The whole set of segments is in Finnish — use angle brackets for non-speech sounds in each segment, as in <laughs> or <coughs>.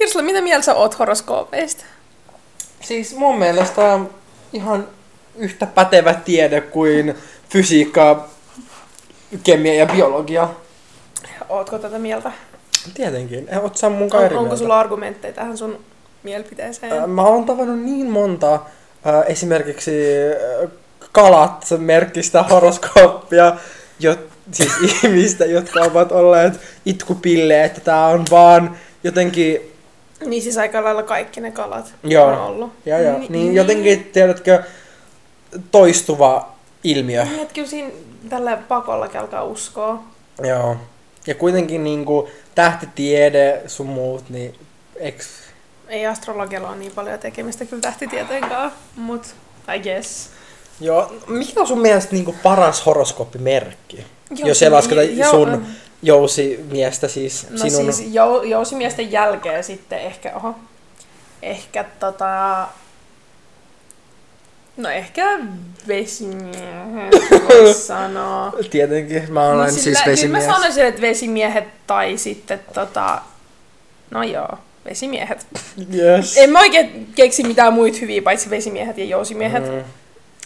Hirsla, mitä mieltä sä oot horoskoopeista? Siis mun mielestä tää on ihan yhtä pätevä tiede kuin fysiikka, kemia ja biologia. Ootko tätä mieltä? Tietenkin. Eh, Oot sä mun On, kanssa eri onko mieltä? Ähm. sulla argumentteja tähän sun mielipiteeseen? Ää, Mä oon tavannut niin monta ää, esimerkiksi ää, kalat merkkistä horoskooppia, jo, siis <laughs> ihmistä, jotka ovat olleet itkupille, että tää on vaan jotenkin, Niin siis aika lailla kaikki ne kalat Joo. on ollut. ja, ja, No. Ni- niin jotenkin, tiedätkö, toistuva ilmiö. Niin, että kyllä siinä tällä pakollakin alkaa uskoa. Joo. Ja kuitenkin niinku tähtitiede sun muut, niin eks, Ei astrologialla ole niin paljon tekemistä kyllä tähtitietojen kanssa, mutta I guess. Joo, mikä on sun mielestä niinku paras horoskooppimerkki? Jousi- Jos ei lasketa jo- sun jousimiestä siis No sinun... siis jou, jousimiesten jälkeen sitten ehkä, oho, ehkä tota, no ehkä vesimiehen <laughs> voisi sanoa. Tietenkin, mä olen No siis vesimies. Kyllä mä sanoisin, että vesimiehet tai sitten tota, no joo, vesimiehet. Yes. En mä oikein keksi mitään muita hyviä, paitsi vesimiehet ja jousimiehet. Mm.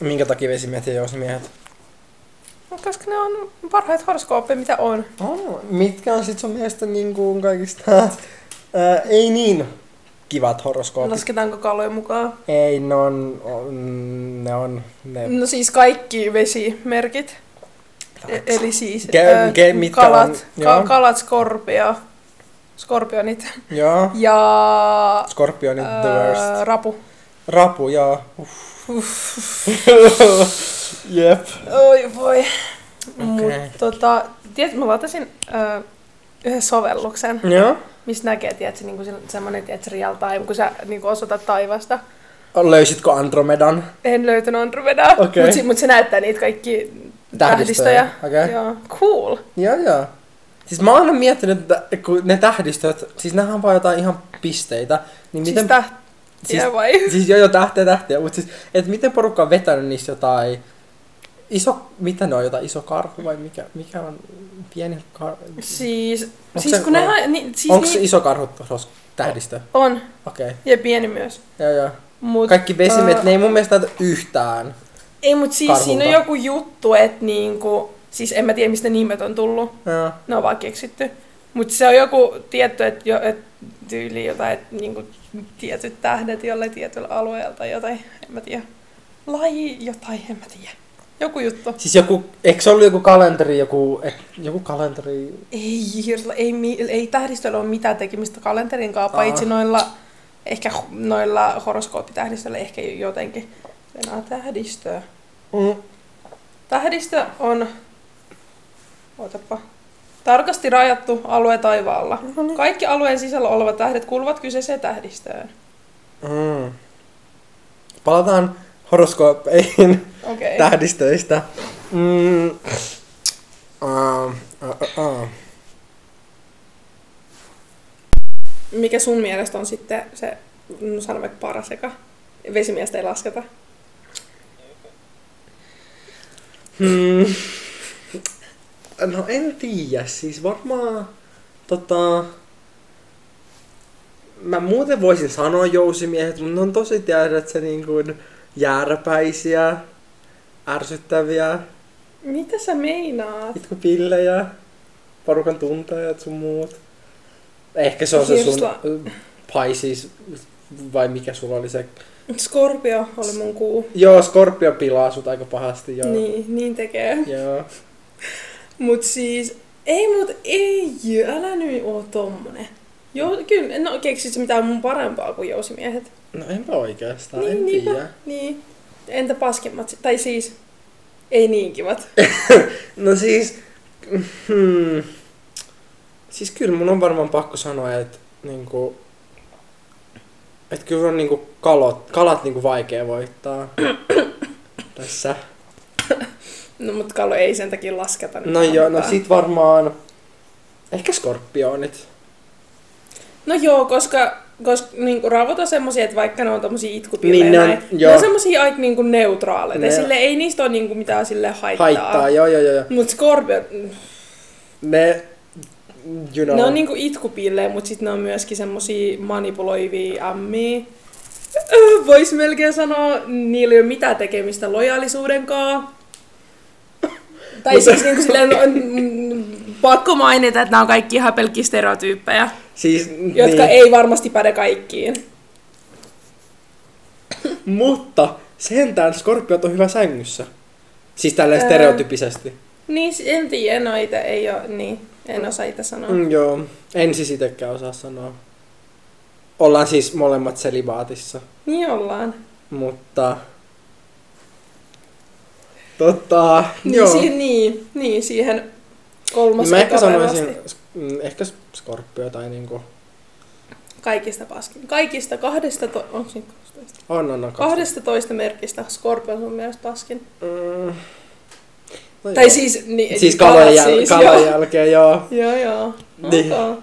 Minkä takia vesimiehet ja jousimiehet? Koska ne on parhaat horoskooppeja, mitä on. Oh, mitkä on sit sun mielestä niinku kaikista ää, ei niin kivat horoskoopit? Lasketaanko kaloja mukaan? Ei, ne on, on, ne on, ne... No siis kaikki vesimerkit. E- Eli siis Ke- ö, ke- mitkä kalat, on- joo. ka- kalat, skorpio, skorpionit Joo, ja skorpionit the ää, worst. rapu. Rapu, joo. <laughs> Jep. Oi voi. Mut, Okei. tota, tiedät, mä latasin ö, yhden sovelluksen, Joo. missä näkee tiedätkö, niinku se- semmonen tiedätkö, real time, kun sä niinku osoitat taivasta. Löysitkö Andromedan? En löytänyt Andromedaa, Okei. mut, si- mut se näyttää niitä kaikki Tähdistöjä. tähdistöjä. Okei. Joo. Cool. Joo, joo. Siis mä oon aina miettinyt, että kun ne tähdistöt, siis nämähän on vaan jotain ihan pisteitä. Niin Miten, miten, siis tähtiä siis, vai? siis joo, joo, tähtiä, tähtiä. Mutta siis, että miten porukka on vetänyt niistä jotain iso, mitä ne on, jotain iso karhu vai mikä, mikä on pieni karhu? Siis, Onks siis se- kun on- nehän, niin, siis Onko se niin, iso karhu tuossa tähdistö? on, Okei, okay. ja pieni myös. joo joo. Mut, Kaikki vesimet, ää, ne ei mun mielestä näytä yhtään. Ei, mut siis karhulta. siinä on joku juttu, että niinku, siis en mä tiedä mistä nimet on tullut, Joo. ne on vaan keksitty. Mut se on joku tietty, että jo, et tyyli jotain, että niinku, tietyt tähdet jollain tietyllä alueella tai jotain, en mä tiedä. Laji jotain, en mä tiedä. Joku juttu. Siis joku, eikö se ollut joku kalenteri, joku, et, joku kalenteri, Ei, Hirsla, ei, mi- ei tähdistöllä ole mitään tekemistä kalenterin kanssa, paitsi Aa. noilla, ehkä h- noilla horoskooppitähdistöillä ehkä jotenkin. Enää tähdistö. mm, Tähdistö on, ootapa, tarkasti rajattu alue taivaalla. Kaikki alueen sisällä olevat tähdet kuuluvat kyseiseen tähdistöön. Mm. Palataan horoskoopeihin Okei. Okay. tähdistöistä. Mm. Uh, uh, uh. Mikä sun mielestä on sitten se, no sanon vaikka paras eka? Vesimiestä ei lasketa. Hmm. No en tiedä, siis varmaan tota... Mä muuten voisin sanoa jousimiehet, mutta ne on tosi tiedät se niin kuin jääräpäisiä, ärsyttäviä, Mitä sä meinaat? itkupillejä, porukan tuntajat sun muut. Ehkä se on se sun äh, Hirsla. Pisces, vai mikä sulla oli se. Skorpio oli mun kuu. Joo, Scorpio pilaa sut aika pahasti. Joo. Niin, niin tekee. Joo. Mut siis, ei mut ei, älä nyt oo tommonen. Joo, kyllä, no keksit sä mitään mun parempaa kuin jousimiehet? No enpä oikeastaan, Niin, en niinpä. tiedä. Niin. Entä paskemmat, si- tai siis, ei niin kivat. No siis, hmm. siis kyllä mun on varmaan pakko sanoa, että niinku, et kyllä on niinku kalot, kalat niinku vaikea voittaa tässä. No mut Kalle ei sen takia lasketa. nyt No joo, no mitään. sit varmaan ehkä skorpionit. No joo, koska, koska niinku, raavut on semmosia, että vaikka ne on tommosia itkupillejä Niin ne on- näin, ne joo. on semmosia aika niinku neutraaleja. Ne- Ne... Sille ei niistä ole niinku mitään sille haittaa. Haittaa, joo joo joo. joo. Mut Scorpion, Ne, you know. Ne on niinku itkupillejä, mutta sitten ne on myöskin semmosia manipuloivia ämmiä. Voisi melkein sanoa, niillä ei ole mitään tekemistä lojaalisuudenkaan. Tai Mutta- siis niinku silleen, on, mm, pakko mainita, että nämä on kaikki ihan pelkkiä stereotyyppejä, siis, jotka niin. niin. ei varmasti päde kaikkiin. Mutta sentään skorpiot on hyvä sängyssä. Siis tälleen Ää. stereotypisesti. Niin, s- en tiedä, en oo ite, ei oo, niin, en osaa itse sanoa. Mm. Mm, joo, en siis itekään osaa sanoa. Ollaan siis molemmat selibaatissa, Niin ollaan. mutta... Tota, Niin, joo. siihen, niin, niin, siihen kolmas Mä ehkä ekapäivä sanoisin, asti. mm, ehkä s- skorpio tai niinku... Kaikista paskin. Kaikista kahdesta, to, onko se 12? On, on, on. Oh, no, kaksi. 12 merkistä Scorpion on myös paskin. Mm. No Tai joo. siis... Niin, siis kalat kalojen, jäl- kalojen joo. jälkeen, joo. joo, joo. Niin. Okay.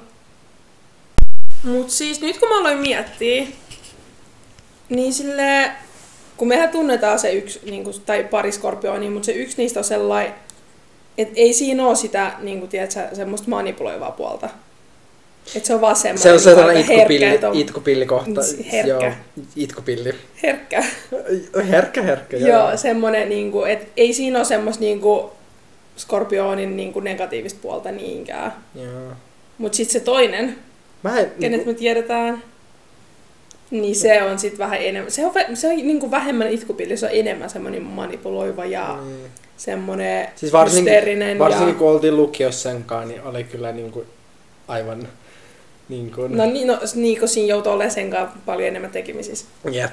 Mut siis nyt kun mä aloin miettiä, niin sille kun mehän tunnetaan se yksi, niin kuin, tai pari skorpionia, mutta se yksi niistä on sellainen, että ei siinä ole sitä, niin kuin, tiedätkö, semmoista manipuloivaa puolta. Että se on vaan semmoinen, niin Se on sellainen että herkkä, itkupilli, että on itkupillikohta. Herkkä. Joo, itkupilli. herkkä. Äh, Herkkä, herkkä. Joo, joo. semmoinen, niin kuin, et ei siinä ole semmoista niin kuin, skorpionin niin kuin, negatiivista puolta niinkään. joo. Mutta sitten se toinen, Mä en, niinku- kenet me tiedetään, niin se on sitten vähän enemmän, se on, vä- se on niin kuin vähemmän itkupilli, se on enemmän semmoinen manipuloiva ja niin. semmoinen Siis varsinkin- hysteerinen. Varsinkin ja... kun oltiin lukiossa senkaan, niin oli kyllä niinku aivan niinku... No niin, no, niin kun siinä joutuu olemaan sen kanssa paljon enemmän tekemisissä. Jep.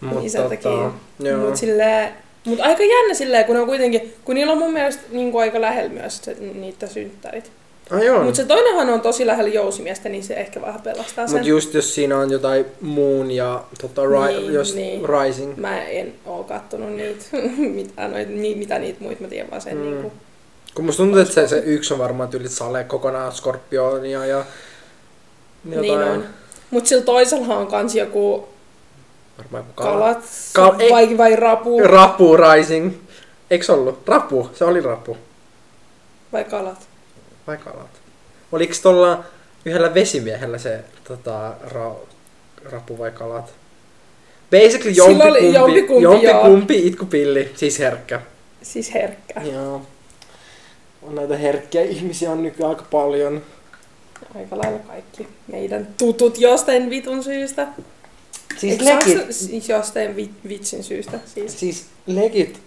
Mut tota, Niin sen takia. Joo. Mutta silleen, mut aika jännä silleen, kun ne on kuitenkin, kun niillä on mun mielestä niin kuin aika lähellä myös se, niitä synttärit. Ai on. Mutta se toinenhan on tosi lähellä jousimiestä, niin se ehkä vähän pelastaa sen. Mut just jos siinä on jotain muun ja tota, ri- Niin, jos niin. Rising. Mä en oo kattonut niitä, <laughs> mitä, noit, ni, mitä niitä muita, mä tiedän vaan sen Mm. mm. niinku. Kun musta tuntuu, että se, se yksi on varmaan tyyli sale kokonaan skorpionia ja jotain. Niin on. Mut sillä toisella on kans joku Varmaan joku kala. kalat, Kal- ei. vai, vai rapu, Rapu Rising. Eiks ollut? Rapu. Se oli rapu. vai kalat. Vai kalat? Oliko tuolla yhdellä vesimiehellä se tota, ra, rapu vai kalat? Basically Sillä oli jompikumpi, jompikumpi, jompikumpi, jompikumpi itkupilli, siis herkkä. Siis herkkä. Joo. On näitä herkkiä ihmisiä on nykyään aika paljon. Aika lailla kaikki meidän tutut jostain vitun syystä. Siis Eikö se ole legit, se- siis jostain vi, vitsin syystä. Siis. siis legit,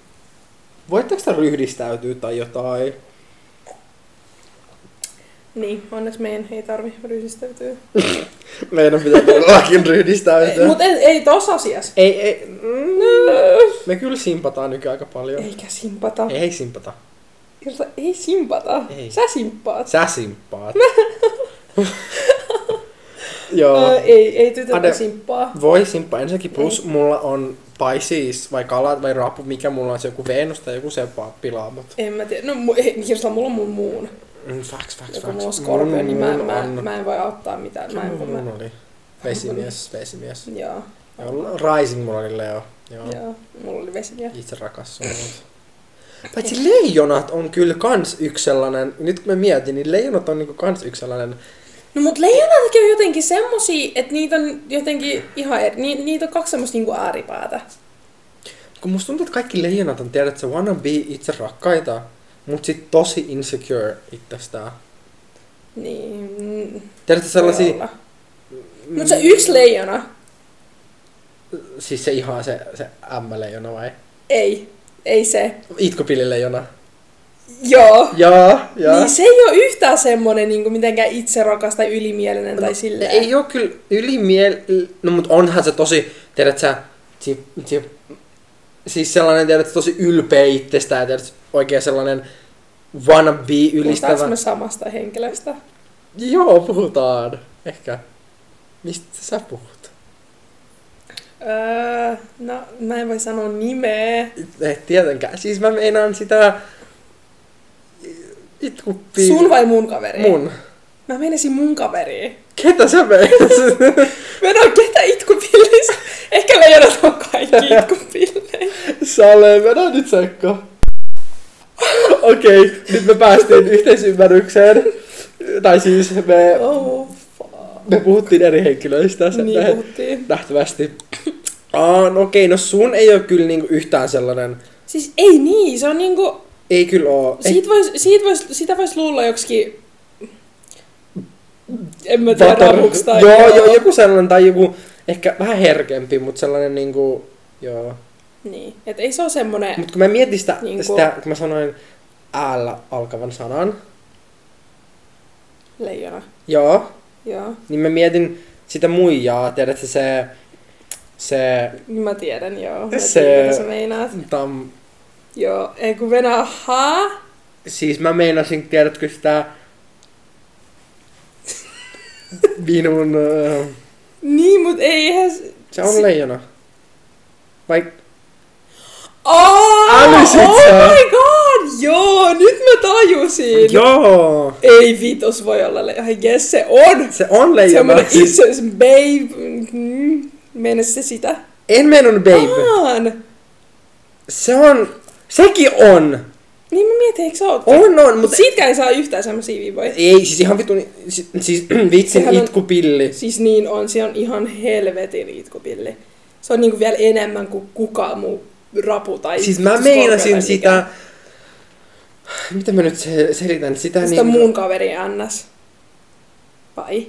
voitteko sitä ryhdistäytyä tai jotain? Niin, onneksi meidän ei tarvi ryhdistäytyä. Meidän pitää todellakin ryhdistäytyä. Mut ei, ei tos asiassa. Ei, ei, mm, me kyllä simpataan nykyään aika paljon. Eikä simpata. Ei simpata. Ilta, ei simpata. Ei. Ei. Sä simppaat. Sä <laughs> simppaat. Joo. Ö, ei, ei tytötä Ade- Ade. simppaa. Voi simppaa. Ensinnäkin plus mulla on Pisces vai kalat vai rapu, mikä mulla on se joku Venus tai joku sepa pilaamat. En mä tiedä. No, mu- ei, Kirsta, mulla on mun muun. Mm, facts, facts, Joku muu facts. skorpio, Mun- niin mä, mun mä, on- mä en voi auttaa mitään. Mä en voi. Mä... Mun oli. Vesimies, vesimies. Joo, Joo, Rising mulla oli Leo. Joo. joo. Mulla oli vesimiä. Itse rakas sun. Paitsi leijonat on kyllä kans yksi sellainen, nyt kun mä mietin, niin leijonat on niinku kans yksi sellainen No mut leijonatkin on jotenkin semmosia, että niitä on jotenkin ihan eri. Ni, niitä on kaksi semmoista niinku ääripäätä. Kun musta tuntuu, että kaikki leijonat on tiedät, että se wanna be itse rakkaita, mut sit tosi insecure itsestään. Niin. mm, Tiedätkö voi sellaisia... olla. Mm. Mut se yksi leijona. Siis se ihan se, se M-leijona vai? Ei. Ei se. Itkupilileijona. Joo. Joo, joo. Ah. Niin se ei ole yhtään semmonen niinku mitenkään itse rakas tai ylimielinen tai silleen. No, Ei oo kyllä ylimiel... No mut onhan se tosi, tiedät sä, si, si, siis sellainen, tiedät sä, tosi ylpeä itsestään, tiedät sä, oikein sellainen wannabe Puhutaanko ylistävä. me samasta henkilöstä? Joo, puhutaan. Ehkä. Mistä sä puhut? Öö, no, mä en voi sanoa nimeä. Ei tietenkään. Siis mä meinaan sitä itkuppi... Sun vai mun kaveri? Mun. Mä menisin mun kaveriin. Ketä sä meinaat? Mä en oo ketä itkupillis. Ehkä leijonat on <laughs> kaikki itkupillejä. Sale, mennään nyt sekko. Okei, nyt me päästiin yhteisymmärrykseen. Tai siis me, Oh, me puhuttiin eri henkilöistä sen niin niin. puhuttiin. nähtävästi. Aa, no okei, no sun ei ole kyllä niinku yhtään sellainen. Siis ei niin, se on niinku, Ei kyllä oo. Ei, siitä vois, siitä vois, sitä vois luulla joksikin, en mä tiedä, Vatar- ravuksi tai joo, joo, joku sellainen tai joku ehkä vähän herkempi, mutta sellainen niinku, joo. Niin, et ei se ole semmonen, Mut kun mä mietin sitä, Niinku- niinku... sitä kun mä sanoin äällä alkavan sanan, leijona. joo, Joo, niin mä mietin sitä muijaa, tiedätkö se, se, tota, mä tiedän, joo. Mä Se- tiedän, mitä sä meinaat. tam, Joo, ei kun Venä, haa? siis mä meinasin, tiedätkö sitä, <laughs> minun, öö, Niin, mut ei ihan... s- se on Si- leijona. Vai, Oh, Älysit oh sä? my god, joo, nyt mä tajusin. joo, Ei vitos voi olla leijona, yes se on. se on leijona. Semmoinen Siis, itse babe. Mm, Mene se sitä. en mennyt babe. Aan. Se on, sekin on. Niin mä mietin, eikö sä oot? On, on, Mutta mutta siitä ei saa yhtään semmosia viivoja. ei, siis ihan vitun, siis, siis <clears throat> vitsin Sehän on- itkupilli. Siis niin on, se on ihan helvetin itkupilli. Se on niinku vielä enemmän kuin kukaan muu rapu tai Siis mä skorpio tai meinasin sitä, mikä. mitä mä nyt se- selitän, sitä, Sitä niin, mun kaveri NS. Vai?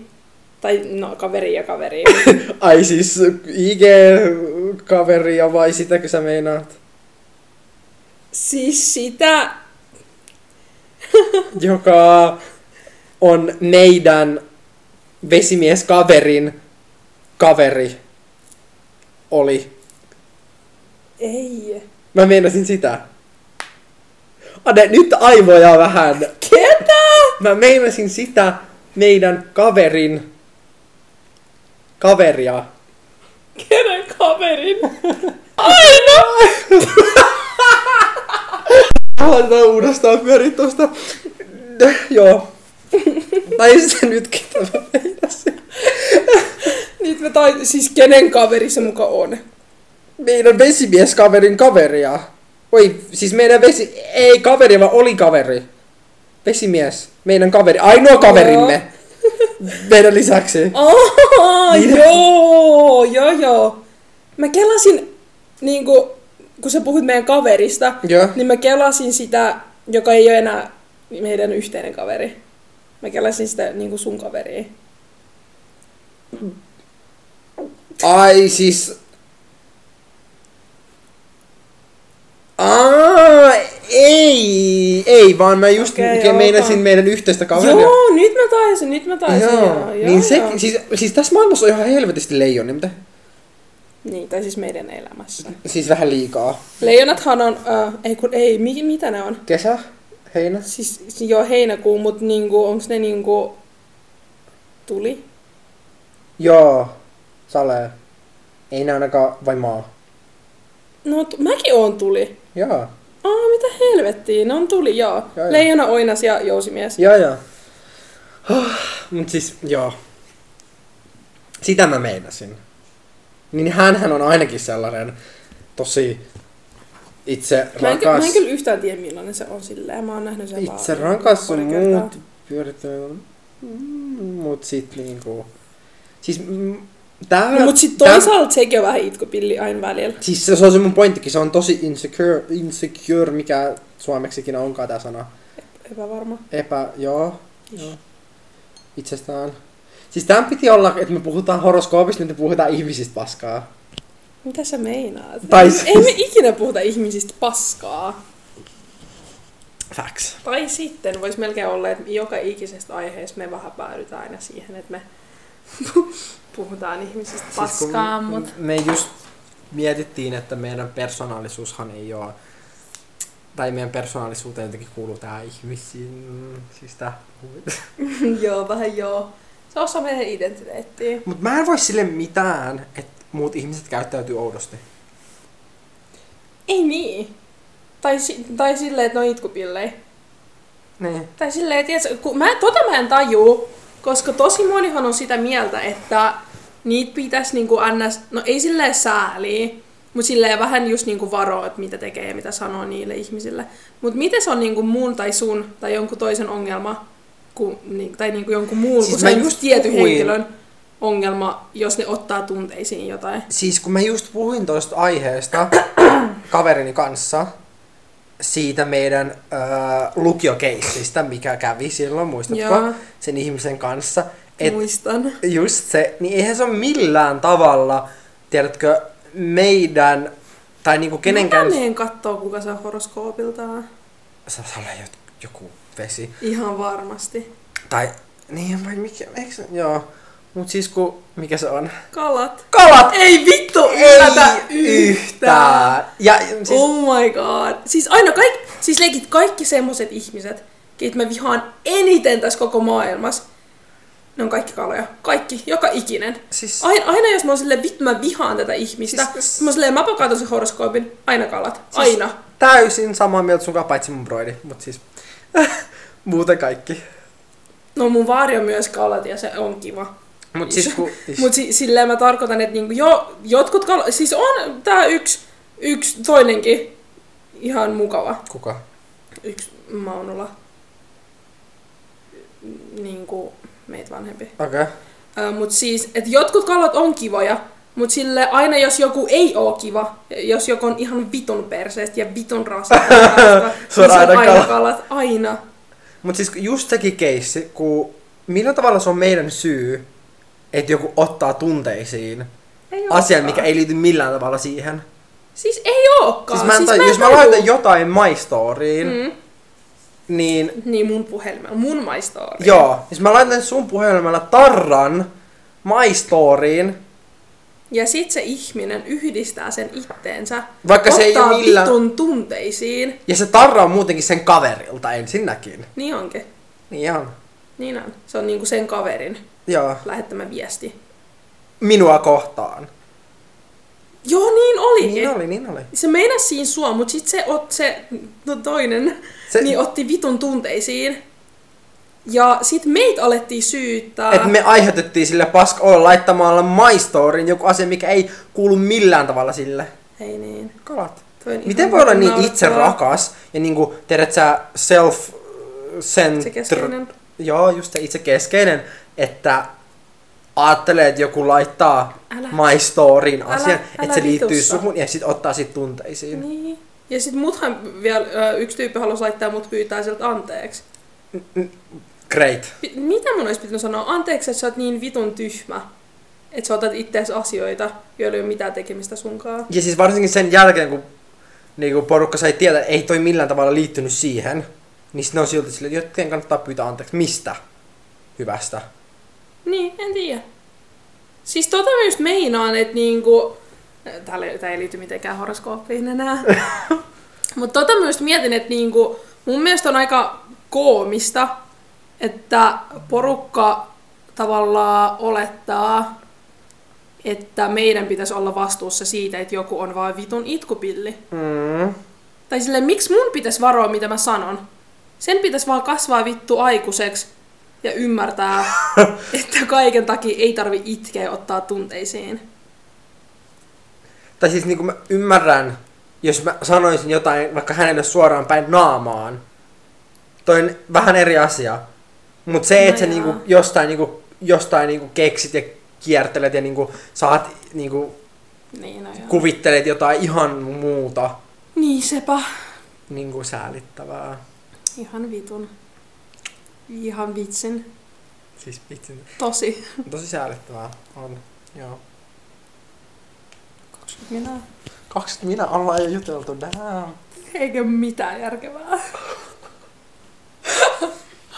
Tai no, kaveri ja kaveri. ai siis IG-kaveria vai sitäkö sä meinaat? siis sitä... Joka on meidän vesimieskaverin kaveri oli. Ei. Mä meinasin sitä. Ade, nyt aivoja vähän. Ketä? Mä meinasin sitä meidän kaverin kaveria. Kenen kaverin? Aina! Halutaan uudestaan pyöri tuosta. <laughs> Joo. tai sitten nytkin tämä meidän, Nyt mä tain, siis kenen kaveri se muka on? meidän vesimieskaverin kaveria. Oi, siis meidän vesi... Ei kaveri, vaan oli kaveri. Vesimies. Meidän kaveri. Ainoa kaverimme. meidän lisäksi. Aa, Niin. joo, joo, joo. Mä kelasin, niinku, kun sä puhut meidän kaverista, Joo. niin mä kelasin sitä, joka ei ole enää meidän yhteinen kaveri. Mä kelasin sitä niinku sun kaveria. Ai siis... Aa, ei, ei, vaan mä just Okei, okay, joo, meinasin vaan- meidän yhteistä kaveria. Joo, nyt mä taisin, nyt mä taisin. Joo, joo, niin se, joo. Siis, siis tässä maailmassa on ihan helvetisti leijonia, mitä? Niin, tai siis meidän elämässä. Siis vähän liikaa. Leijonathan on, äh, ei kun ei, mi, mitä ne on? Kesä, heinä. Siis siis joo, heinäkuu, mutta niinku, onks ne niinku tuli? Joo, sale. Ei ne ainakaan, vai maa. No, t- mäkin oon tuli. Joo, Aa, mitä helvettiä, ne on tuli, joo. joo. Leijona, oinas ja jousimies. joo joo. <sighs> Mut siis, joo. Sitä mä meinasin. Niin hänhän on ainakin sellainen tosi itse Mä en, ky- mä rakas. en kyllä yhtään tiedä millainen se on silleen, mä oon nähnyt sen vaan Itse rakas on pari kertaa. muut pyörittänyt. Mut sit niinku... Siis mm, tää... No, mut sit tää- toisaalta sekin on vähän itkupilli aina välillä. Siis se, se on se mun pointtikin, se on tosi insecure, insecure mikä suomeksikin onkaan tää sana. Epävarma. Epä, joo. joo. Itsestään. Siis tämän piti olla, että me puhutaan horoskoopista, niin me puhutaan ihmisistä paskaa. Mitä sä meinaat? Tai ei, siis- ei me ikinä puhuta ihmisistä paskaa. Facts. Tai sitten voisi melkein olla, että joka ikisestä aiheesta me vähän päädytään aina siihen, että me <laughs> puhutaan ihmisistä paskaa, siis mutta... Me just mietittiin, että meidän persoonallisuushan ei ole, tai meidän persoonallisuuteen jotenkin kuuluu tää ihmisiin, siis tää <laughs> joo, vähän joo. Se on osa meidän identiteettiä. Mut mä en voi sille mitään, että muut ihmiset käyttäytyy oudosti. Ei niin. Tai, si- tai silleen, että no ne on itkupillejä. Niin. Tai silleen, tiedätkö, kun mä, tota mä en tajuu, koska tosi monihan on sitä mieltä, että niitä pitäisi niinku ns, no ei silleen sääliä, mutta silleen vähän just niinku varoa, että mitä tekee ja mitä sanoo niille ihmisille. Mutta miten se on niinku mun tai sun tai jonkun toisen ongelma, kuin, niin, tai niin kuin jonkun muun Siis siis mä kuin just just tietyn puhuin. henkilön ongelma, jos ne ottaa tunteisiin jotain. Siis kun mä just puhuin <coughs> tuosta aiheesta kaverini kanssa, siitä meidän öö, lukiokeissistä, mikä kävi silloin, muistatko, Joo. sen ihmisen kanssa, Et... että Muistan. just se, niin eihän se ole millään tavalla, tiedätkö, meidän, tai niinku kenenkään, Mä menen kattoo, kuka se on horoskoopiltaan. se se olla jot- joku vesi, Ihan varmasti. tai niin, vai mikä, eikö se, joo, mut siis kun, mikä se on? Kalat. Kalat! Ei vittu Ei yllätä yhtään. Ja siis, Siis... Oh my god. Siis aina kaikki, siis leikit kaikki semmoset ihmiset, keitä mä vihaan eniten tässä koko maailmassa. Ne on kaikki kaloja. Kaikki. Joka ikinen. siis Aina, aina jos mä oon silleen, vittu mä vihaan tätä ihmistä. Siis- Siis... Mä oon silleen, mäpä katon sen horoskoopin. Aina kalat. Aina. täysin samaa mieltä sunkaan, paitsi mun broidi, mut siis <laughs> muuten kaikki. No mun vaari on myös kalat ja se on kiva. Mut siis kun, Mut si- silleen mä tarkoitan, että niinku jo, jotkut kal- siis on tää yksi, yksi toinenkin ihan mukava. kuka? Yksi Maunola. Niinku meitä vanhempi. Okei. Okay. Ö, mut siis, että jotkut kalat on kivoja, mut sille aina jos joku ei oo kiva, jos joku on ihan vitun perseestä ja vitun <laughs> raskasta, niin Se on aina kala. kalat. Aina. Mutta siis just sekin keissi, kun millä tavalla se on meidän syy, että joku ottaa tunteisiin Ei asian, olekaan. mikä ei liity millään tavalla siihen. Siis ei ookaan. Siis mä en siis jos mä tajua. laitan jotain maistoriin, mm. niin Niin mun puhelimella, mun maistoa. joo, jos mä laitan sun puhelimella tarran maistoriin, Ja sit se ihminen yhdistää sen itteensä. Vaikka ottaa se ei oo millään- vitun tunteisiin. ja se tarra on muutenkin sen kaverilta ensinnäkin. Niin onkin. Niin on. Niin on. Se on niinku sen kaverin Joo. lähettämä viesti. Minua kohtaan. Joo, niin oli. Niin oli, niin oli. Se meinasi siinä sua, mut sit se, ot, se no toinen Se- se... niin otti vitun tunteisiin. Ja sit meitä alettiin syyttää. Että me aiheutettiin sille paska olla laittamalla maistorin joku asia, mikä ei kuulu millään tavalla sille. Ei niin. Kalat. Toi on Miten ihan voi olla niin naurettavaa. itse rakas ja niinku, tiedät sä, self sen... Se keskeinen. Joo, just se itse keskeinen, että ajattelee, että joku laittaa Älä. my storyin Älä- asian, älä että se liittyy vitussa. suhun ja sit ottaa sit tunteisiin. Niin. Ja sit muthan vielä, ö, yksi tyyppi halusi laittaa mut pyytää siltä anteeksi. Great. Pi- Mitä mun olisi pitänyt sanoa? Anteeksi, että sä oot niin vitun tyhmä, että sä otat ittees asioita, joilla ei ole mitään tekemistä sunkaan. Ja siis varsinkin sen jälkeen, kun niinku porukka sai tietää, että ei toi millään tavalla liittynyt siihen, niin sitten on silti sille, että jotkien kannattaa pyytää anteeksi. Mistä? Hyvästä. Niin, en tiedä. Siis tota mä just meinaan, että niinku... Tää ei, tää ei liity mitenkään horoskooppiin enää. Mutta tota mä just mietin, että niinku, mun mielestä on aika koomista, että porukka tavallaan olettaa, että meidän pitäisi olla vastuussa siitä, että joku on vaan vitun itkupilli. Mm. Tai silleen, miksi mun pitäisi varoa, mitä mä sanon? Sen pitäisi vaan kasvaa vittu aikuiseksi ja <laughs> ymmärtää, että kaiken takia ei tarvi itkeä ja ottaa tunteisiin. Tai siis niin kuin mä ymmärrän, jos mä sanoisin jotain vaikka hänelle suoraan päin naamaan, toi on vähän eri asia. Mutta se, No että sä joo. niin kuin jostain, niin kuin, jostain niin kuin keksit ja kiertelet ja niin kuin saat niin kuin Niin, no joo. kuvittelet jotain ihan muuta Niin sepä. niin kuin säälittävää. Ihan vitun. Ihan vitsin. Siis vitsi. Tosi. Tosi säälittävää on. Joo. 20 minä. 20 minä ollaan jo juteltu. Damn. Eikä mitään järkevää.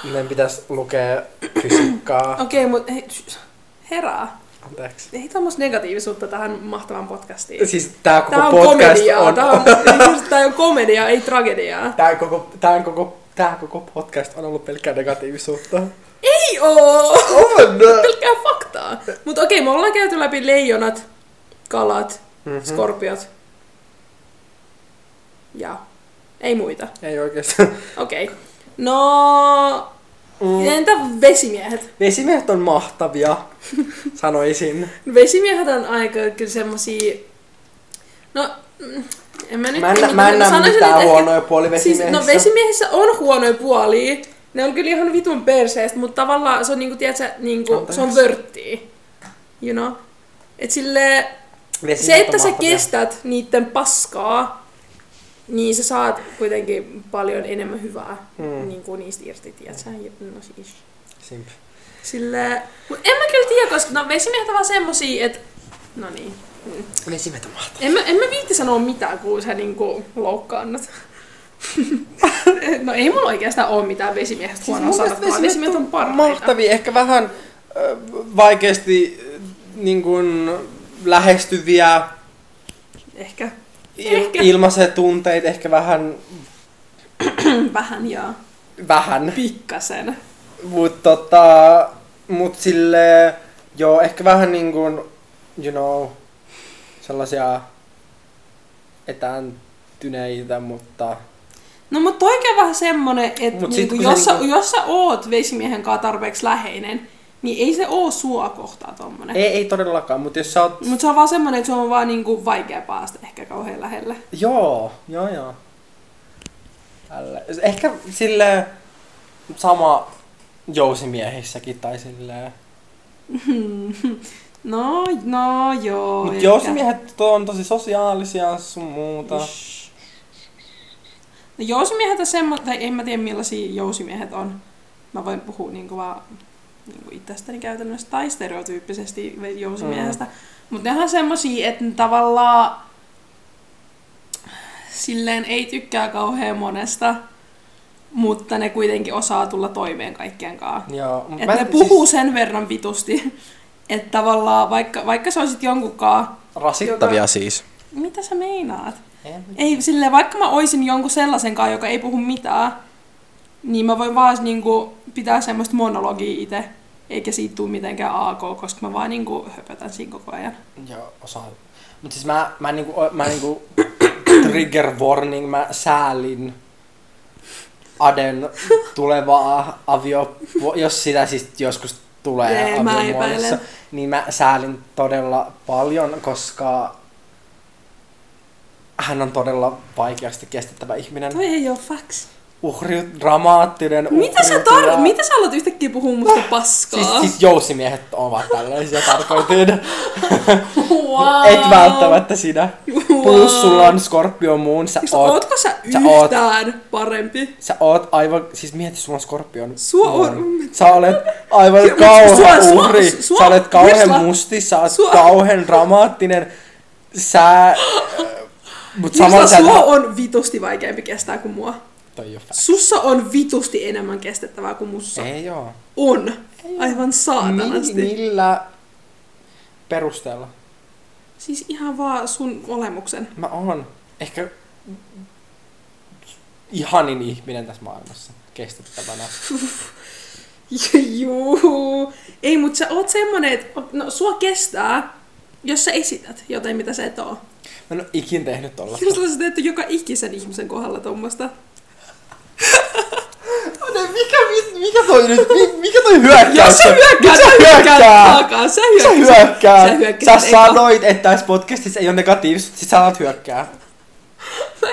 Meidän pitäisi lukea fysiikkaa. Okei, okay, mutta hei, shh, herää. <coughs> Anteeksi. Ei tämmöistä negatiivisuutta tähän mahtavaan podcastiin. Siis tää koko Tää on podcast komediaa. on... Tää on, just, tää on <laughs> komediaa, ei tragediaa. Tää koko, tää koko, tää koko podcast on ollut pelkkää negatiivisuutta. Ei oo! On! no! pelkkää faktaa. Mutta okei, me ollaan käyty läpi leijonat, kalat, Mhm. mm-hmm. skorpiot ja ei muita. Ei oikeesti. Okei. No, <laughs> Mm. entä vesimiehet? Vesimiehet on mahtavia, sanoisin. Vesimiehet on aika kyllä semmosia... No, mm, en mä nyt... Mä en, mä en näe sanoisin, mitään että huonoja puoli Siis, vesimiehissä. no vesimiehissä on huonoja puolia, Ne on kyllä ihan vitun perseestä, mutta tavallaan se on niinku, tiedätkö, niinku, se on Anteeksi. vörttiä. You know? Et sille, se, että sä kestät niiden paskaa, niin sä saat kuitenkin paljon enemmän hyvää Hmm. mm. niin kuin niistä irti, tiedätkö? No siis. Simp. Sille, mut en mä kyllä tiedä, koska no vesimiehet ovat semmosia, että no niin. Mm. Vesimetä mahtaa. En mä, en mä viitti sanoa mitään, kun sä niinku loukkaannut. <laughs> no ei mulla oikeastaan ole mitään vesimiehestä siis huonoa sanottavaa. Vesimiehet on parhaita. Niin Mahtavia, ehkä vähän ö, vaikeasti ö, niin kuin, lähestyviä Ehkä. il- Ehkä. ilmaisia tunteita, ehkä vähän, Vähän ja vähän. pikkasen. Mut tota, mut sille, joo, ehkä vähän niinkun, you know, sellaisia etääntyneitä, mutta No mutta toikin on vähän semmonen, että Mut sit niinku, kun jos, se sä, niinku- jos sä oot vesimiehen kanssa tarpeeksi läheinen, niin ei se oo sua kohtaa tommonen. ei, ei todellakaan, mut jos sä oot, Mutta se on vaan semmonen, että se on vaan niinku vaikea päästä ehkä kauhean lähelle. <laughs> joo, joo, joo. Tälle. Ehkä sille sama jousimiehissäkin tai silleen. No, no joo. Mut ehkä. jousimiehet on tosi sosiaalisia sun muuta. Shh. No jousimiehet on semmo... Tai en mä tiedä millaisia jousimiehet on. Mä voin puhua niinku vaan niinku itsestäni käytännössä tai stereotyyppisesti ve- jousimiehestä. Mm. Mutta nehän on semmosia, että ne tavallaan silleen ei tykkää kauhean monesta, mutta ne kuitenkin osaa tulla toimeen kaikkien kanssa. Joo, mut siis Että ne en- puhuu sen verran vitusti, että tavallaan vaikka, vaikka se olisit jonkunkaan... rasittavia joka- siis. Mitä sä meinaat? Ei, silleen, vaikka mä oisin jonkun sellaisen kanssa, joka ei puhu mitään, niin mä voin vaan niinku, pitää semmoista monologia itse, eikä siitä tule mitenkään AK, koska mä vaan niinku, höpötän siinä koko ajan. Joo, osaan. Mut siis mä, mä niinku, mä niinku trigger warning, mä säälin Aden tulevaa avio, jos sitä siis joskus tulee Jee, mä aviomuodossa, epäilen. niin mä säälin todella paljon, koska hän on todella vaikeasti kestettävä ihminen. Toi ei oo facts. Uhri, dramaattinen, Mitä sä, tar- uhriutuva. mitä sä alat yhtäkkiä puhua musta paskaa? Siis, siis jousimiehet ovat tällaisia <laughs> tarkoitin. wow. Et välttämättä sinä. Wow. Plus sulla on Scorpio Moon, sä Siis oot, Ootko sä, sä oot- yhtään parempi? sä oot aivan, siis mieti, sulla on Scorpion. Sua on- Moon. Sä olet aivan Sua- kauhea sua- uhri, sua- sua- sä olet kauhean Wisla. musti, sä oot Sua- kauhean dramaattinen, sä... Mut samalla Mistä sä... sua on vitusti vaikeampi kestää kuin mua? Toi ei oo fact. Sussa on vitusti enemmän kestettävää kuin mussa. Ei Niin, oo. On. Aivan saatanasti. Mi- millä perusteella? Siis ihan vaan sun olemuksen. <laughs> Mä oon ehkä ihanin ihminen tässä maailmassa kestettävänä. Juu. Ei, mutta sä oot semmonen, että no, sua kestää, jos sä esität jotain, mitä sä et oo. Mä en oo ikin tehnyt tollaista. Jos sä teet joka ikisen ihmisen kohdalla tuommoista. Ne, mikä, mi- mikä toi nyt, mi- mikä toi hyökkäys? Jos sä on? hyökkäät, Miksi sä hyökkäät hyökkää? takaa. Sä Miksi Sä hyökkäät. hyökkää. Sä hyökkäät Sä eka. sanoit, että tässä podcastissa ei ole negatiivista, sit sä alat hyökkää.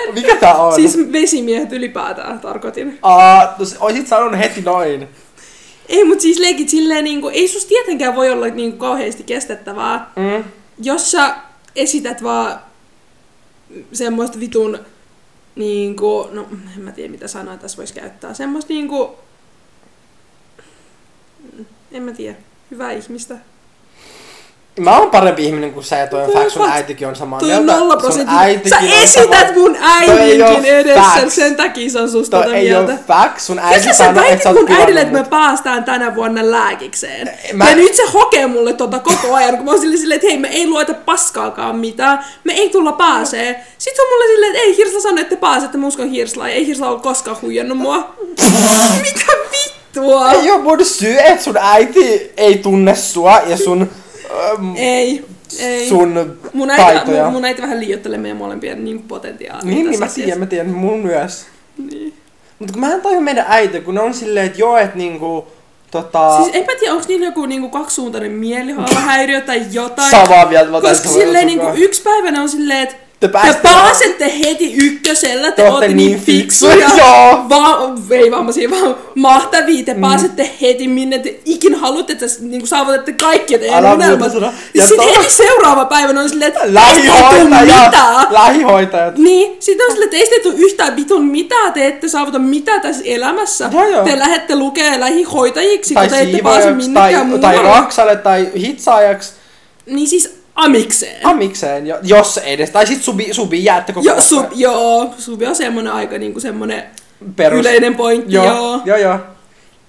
no, Mikä tää on? Siis vesimiehet ylipäätään tarkoitin. Aa, no, se- oisit sanonut heti noin. Ei, mutta siis leikit silleen, niin kuin, ei sus tietenkään voi olla niin kuin, kauheasti kestettävää, Mm. jos sä esität vaan semmoista vitun, niinku, no en mä tiedä mitä sanaa tässä voisi käyttää, semmoista niinku, mm, en mä tiedä, hyvää ihmistä. Mä oon parempi ihminen kuin sä ja toi on Toi on fact, sun fakt- äitikin on samaa Toi mieltä. on nolla Sun prosentin. Sä äitikin on esität samaa- mun ei oo äidinkin edessä, facts. sen takia se on susta Toi tota ei oo mieltä. fact, sun äiti Kyllä sä sanoi, että sä väitit oot mun äidille, pilannut että me mut. päästään tänä vuonna lääkikseen. mä- Mä... Ja nyt se hokee mulle tota koko ajan, kun mä oon sille silleen, että hei, me ei lueta paskaakaan mitään, me ei tulla pääsee. Sitten se on mulle silleen, että ei Hirsla sanoi, että te pääsette, mä uskon Hirslaa, ja ei Hirsla ole koskaan huijannut mua. <laughs> Mitä vittua? Ei oo mun syy, että sun äiti ei tunne sua ja sun... ähm, Ei, ei. sun Mun äiti, taitoja. mun, mun äiti vähän liioittelee meidän molempien niin potentiaalia. Niin, niin tässä mä tiedän, asiassa. mä tiedän, mun myös. Niin. Mutta kun mä en tajua meidän äiti, kun ne on silleen, että joo, että niinku, tota... Siis en mä tiedä, onko niillä joku niinku kaksisuuntainen mielihalahäiriö tai jotain. samaa mieltä mä Koska silleen niinku yksi päivä ne on silleen, että Te niinku Te pääsette... pääsette heti ykkösellä, te, Te ootte olette niin niin fiksuja. fiksuja. <laughs> Joo. Mm. Va- ei vammaisia, vaan mahtavia. Te pääsette heti minne te ikin haluatte, te niin saavutatte kaikki teidän Älä unelmat. muuta sano. Ja Ja sitten to- heti seuraava päivä on silleen, että ei vittu Lähihoitajat! mitään. Lähihoitajat! Niin, sit on sille, että ei sitten yhtään vitun mitään, te ette saavuta mitään tässä elämässä. Joo, joo. Te lähette lukee lähihoitajiksi, Tai kun te ette pääse siivoojaksi, tai, minnekään tai muualle. raksalle, tai hitsaajaksi. Niin siis amikseen. Amikseen, jo- jos edes. Tai sit subi, subi jäätte koko Joo, sub, joo, suvi on semmonen aika niinku semmonen perus. yleinen pointti, joo. joo. Joo, joo.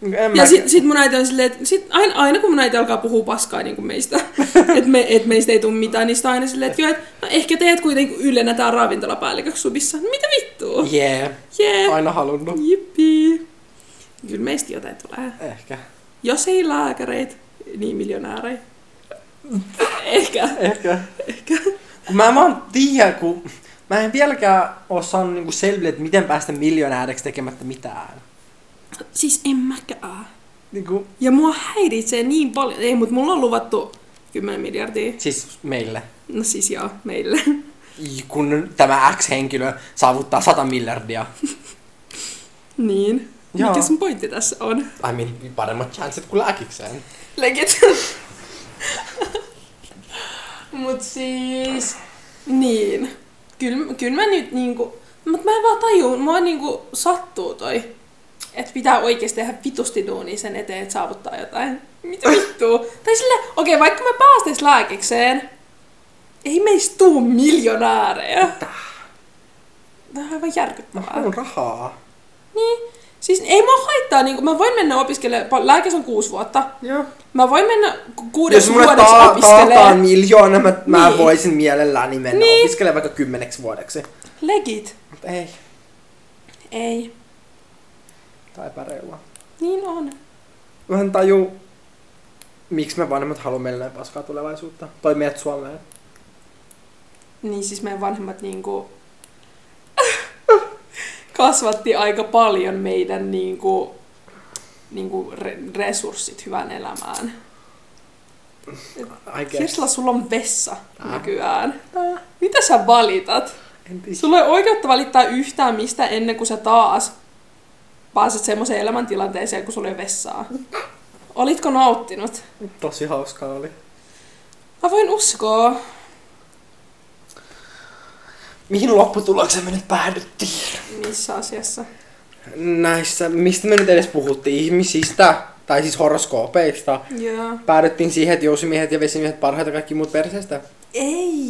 En Ja mä- sit, sit mun äiti on silleen, että sit aina, aina kun mun äiti alkaa puhua paskaa niin kuin meistä, <laughs> että me, et meistä ei tule mitään, niin sit aina silleen, että joo, et, no ehkä teet kuitenkin ylennetään ravintolapäälliköksi subissa. No Mitä vittua? Jee, Jee, yeah. aina halunnut. jippi. Kyllä meistä jotain tulee. Ehkä. Jos ei lääkäreitä, niin <laughs> miljonäärejä. Ehkä. Ehkä. Ehkä. Kun mä en vaan tiedä, kun mä en vieläkään oo saanut niinku selville, että miten päästä miljonääriksi tekemättä mitään. Siis en mäkään. Niinku, Ja mua häiritsee niin paljon. Ei, mutta mulla on luvattu 10 miljardia. siis meille. No siis joo, meille. Kun tämä X-henkilö saavuttaa 100 miljardia. Niin. Joo. Mikä sun pointti tässä on? I mean, paremmat chanssit kuin lääkikseen. <laughs> Legit. Mut siis... Niin. Kyllä, kyllä mä nyt niinku... Mut mä en vaan tajuu, mua niinku sattuu toi. Että pitää oikeesti tehdä vitusti duunia sen eteen, että saavuttaa jotain. Mitä <laughs> vittua? tai sille, okei, vaikka me päästäis lääkikseen, ei meistä tuu miljonäärejä. Tämä on aivan <laughs> järkyttävää. On rahaa. Niin. Siis ei mua haittaa, niinku, mä voin mennä opiskelemaan, lääkes on kuusi vuotta, Joo. Mä voin mennä ku- Jos kuudeksi mulle vuodeksi ta- taataan opiskelemaan. miljoona, mä, mä Niin. voisin mielelläni mennä Niin. niin. opiskelemaan vaikka kymmeneksi vuodeksi. Legit. Mut ei, Ei. tai epäreilua. Niin on. Mä en taju, miksi me vanhemmat haluaa meille näin paskaa tulevaisuutta. Tai meidät Suomeen. Niin siis meidän vanhemmat niinku <laughs> kasvatti aika paljon meidän niinku, niinku re- resurssit hyvään elämään. I guess. Kirsla, sulla on vessa Ah. nykyään. Mitä sä valitat? En tiedä. Sulla ei ole oikeutta valittaa yhtään mistä ennen kuin sä taas pääset semmoiseen elämäntilanteeseen, kun sulla ei ole vessaa. Olitko nauttinut? Tosi hauskaa oli. Mä voin uskoa. Mihin lopputulokseen me nyt päädyttiin? Missä asiassa? Näissä, mistä me nyt edes puhuttiin? Ihmisistä, tai siis horoskoopeista. Joo. Päädyttiin siihen, että jousimiehet ja vesimiehet parhaita kaikki muut perseestä. Ei.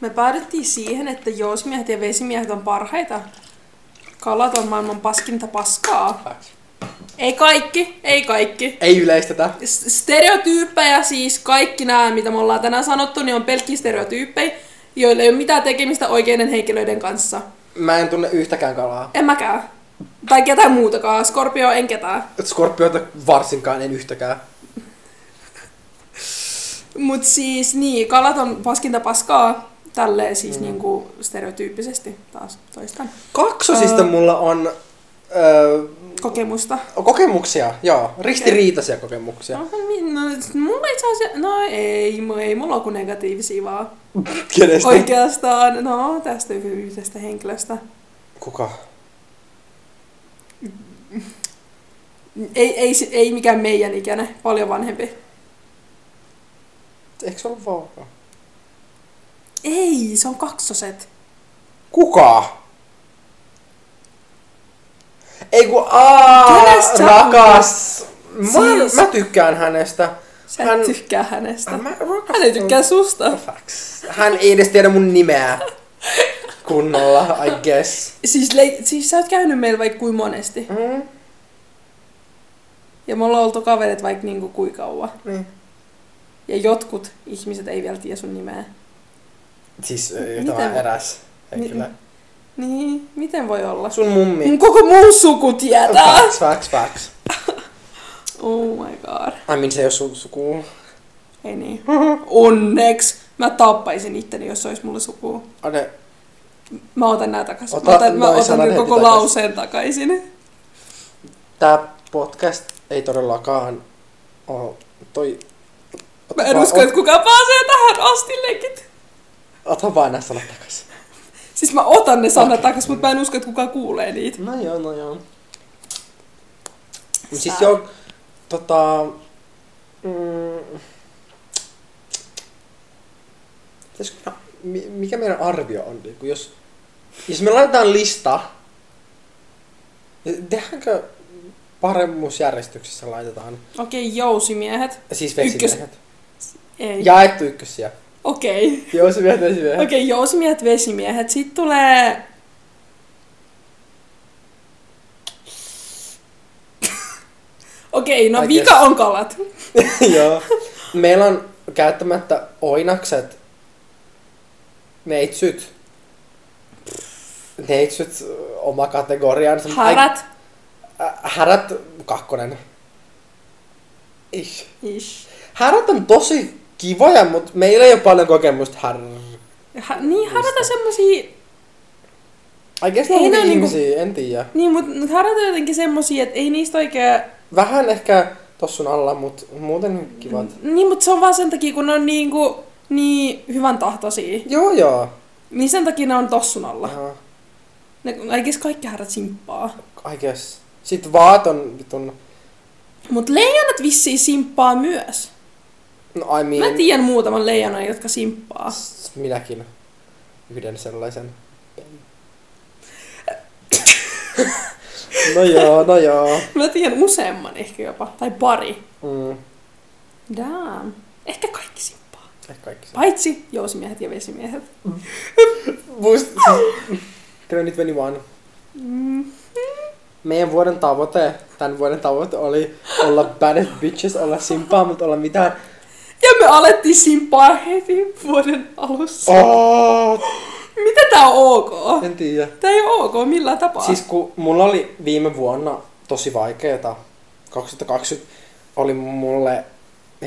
Me päädyttiin siihen, että jousmiehet ja vesimiehet on parhaita. Kalat on maailman paskinta paskaa. Ei kaikki, ei kaikki. Ei yleistetä. S- Stereotyyppejä siis, kaikki nämä, mitä me ollaan tänään sanottu, niin on pelkkiä stereotyyppejä, joilla ei ole mitään tekemistä oikeiden henkilöiden kanssa. Mä en tunne yhtäkään kalaa. En mäkään. Tai ketään muutakaan. Skorpio en ketään. Skorpiota varsinkaan en yhtäkään. Mut siis niin, kalat on paskinta paskaa, tälleen siis mm. niinku stereotyyppisesti taas toistan Kaksosista Ö. mulla on öö, kokemusta. kokemuksia, joo, ristiriitaisia kokemuksia. No, mi- no mulla itse asiassa, no ei, mu- ei mulla ole kuin negatiivisia vaan. Kenestä? Oikeastaan, no tästä yhdestä henkilöstä. Kuka? Ei, ei, se- ei mikään meidän ikäinen, paljon vanhempi. Eikö se ollut vauva? Ei, se on kaksoset. Kuka? Ei kun aaa, Kenestä sä rakas. Mä, Siis- mä tykkään hänestä. Sä Hän- Hän... tykkää hänestä. Mä rakastan. Hän ei tykkää susta. Facts. Hän ei edes tiedä <laughs> mun nimeä. Kunnolla, I guess. Siis, le- siis sä oot käynyt meillä vaikka kuin monesti. Mm, Ja me ollaan oltu kaverit vaikka niinku kuin kauan. niin. Ja jotkut ihmiset ei vielä tiedä sun nimeä. Siis Mitä tämä mä- eräs henkilö. Niin, miten voi olla? Sun mummi. Mun koko muu suku tietää! Facts, facts, facts. Oh my god. I mean, se ei ole sun sukua. Ei niin. Onneks! Mä tappaisin itteni, jos se olisi mulla suku. Ade, Mä otan nää takaisin. Ota mä otan, mä noi otan sanat kyllä heti koko takas. lauseen takaisin. tää podcast ei todellakaan oo toi... Mä en usko, että kukaan pääsee tähän asti legit. Ota vaan nää sanat takas. Siis mä otan ne sanat takas, mutta mä en usko, että kukaan kuulee niitä. No joo, no joo. Mut Sä- siis joo, tota... Mm, pitäisikö- mi- mikä meidän arvio on? Niinku Jos, jos me laitetaan lista, niin tehdäänkö paremmuusjärjestyksessä laitetaan? Okei, okay, jousimiehet. Siis Ykkös- vesimiehet. Ei. Jaettu ykkösiä. Okei. Okay. Joo, se vielä vesimiehet. Okei, okay, jousimiehet, vesimiehet. Sitten tulee... <laughs> Okei, okay, no I vika guess. on kalat. <laughs> Joo. Meillä on käyttämättä oinakset, neitsyt, neitsyt ö, oma kategoriansa. Harat. Ai, ä, härät kakkonen. Ish. Ish. Härät on tosi kivoja, mutta meillä ei ole paljon kokemusta här... Ha, niin, harata semmosia... I guess Ei ei ne ne on niinku- ihmisiä, en tiedä. Niin, mutta harata jotenkin semmosia, että ei niistä oikein... Vähän ehkä tossun alla, mutta muuten kivat. Niin, mutta se on vaan sen takia, kun ne on niinku niin hyvän tahtoisia. Joo joo. Niin sen takia ne on tossun alla. Aha. Ne, aikis kaikki härät simppaa. I guess. Sitten vaat on vitun... Mut leijonat vissiin simppaa myös. No I mean... Mä tiedän muutaman leijonan, jotka simppaa. S- Minäkin yhden sellaisen. <coughs> No joo, no joo. Mä tiedän useamman ehkä jopa. Tai pari. Mm. Damn. Ehkä kaikki simppaa. Ehkä kaikki se. Paitsi jousimiehet ja vesimiehet. Muist, siis, 2021. Mm. Meidän vuoden tavoite, tämän vuoden tavoite oli olla bad bitches, olla simpaa, mutta olla mitään. Ja me alettiin simppaa heti vuoden alussa. Oh, Mitä tää on ok? en tiedä. Tää ei oo ok millään tapaa. Siis kun mulla oli viime vuonna tosi vaikeeta, 2020 oli mulle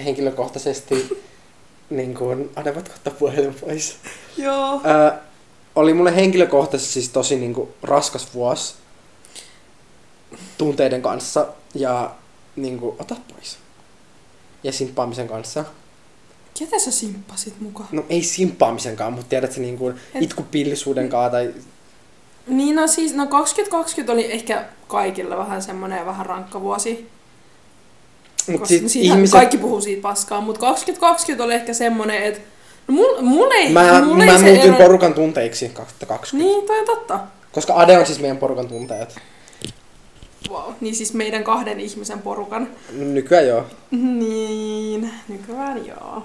henkilökohtaisesti, niin kuin, aina voitko ottaa puhelin pois? Joo. Ö, oli mulle henkilökohtaisesti siis tosi niinku raskas vuosi tunteiden kanssa ja niinku, ota pois. Ja simppaamisen kanssa. Ketä sä simppasit mukaan? No ei simppaamisenkaan, mutta tiedät sä niinku itkupillisuuden kanssa tai... Niin no siis, no 2020 oli ehkä kaikilla vähän semmonen vähän rankka vuosi. Mut koska sit siitähän ihmiset... Kaikki puhuu siitä paskaa, mutta 2020 oli ehkä semmonen, että no mul, mul ei, Mä, mul mä ei se muutin ero... porukan tunteiksi 2020. Niin, toi on totta. Koska Ade on siis meidän porukan tunteet. Wow. Niin siis meidän kahden ihmisen porukan. <laughs> Nykyään joo. Niin, nykyään joo.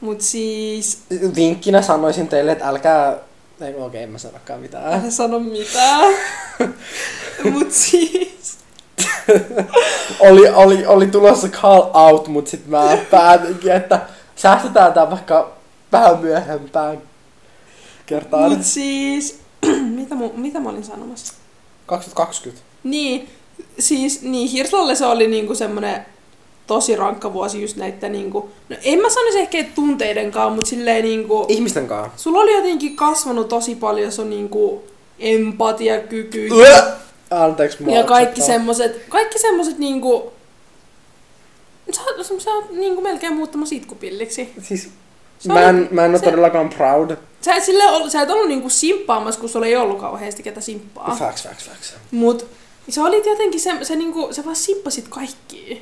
Mut siis, Vinkkinä sanoisin teille, että älkää... Ei, okei, okay, en mä sanokaan mitään. älä sano <laughs> mitään. Mut siis, oli, oli, oli tulossa call out, mutta sitten mä päätinkin, että säästetään tämä vaikka vähän myöhempään kertaan. mut siis, <clears throat> mitä, mu, mitä mä olin sanomassa? 2020. Niin, siis niin Hirslalle se oli niinku semmoinen tosi rankka vuosi just näitten niinku, no en mä sanoisi ehkä et tunteidenkaan, mutta silleen niinku, Ihmisten kanssa. sulla oli jotenkin kasvanut tosi paljon sun niinku empatiakyky Anteeksi, mua ja kaikki oksettaa. semmoset, kaikki semmoset niinku, sä, sä, sä oot niinku melkein muuttamassa itkupilliksi. Siis, Se mä en, oli- mä en ole se- todellakaan proud. Sä et, sille ollut, sä et ollut niinku simppaamassa, kun sulla ei ollut kauheasti ketä simppaa. Facts, facts, facts. Mut sä olit jotenkin se, se niinku, sä vaan simppasit kaikkia.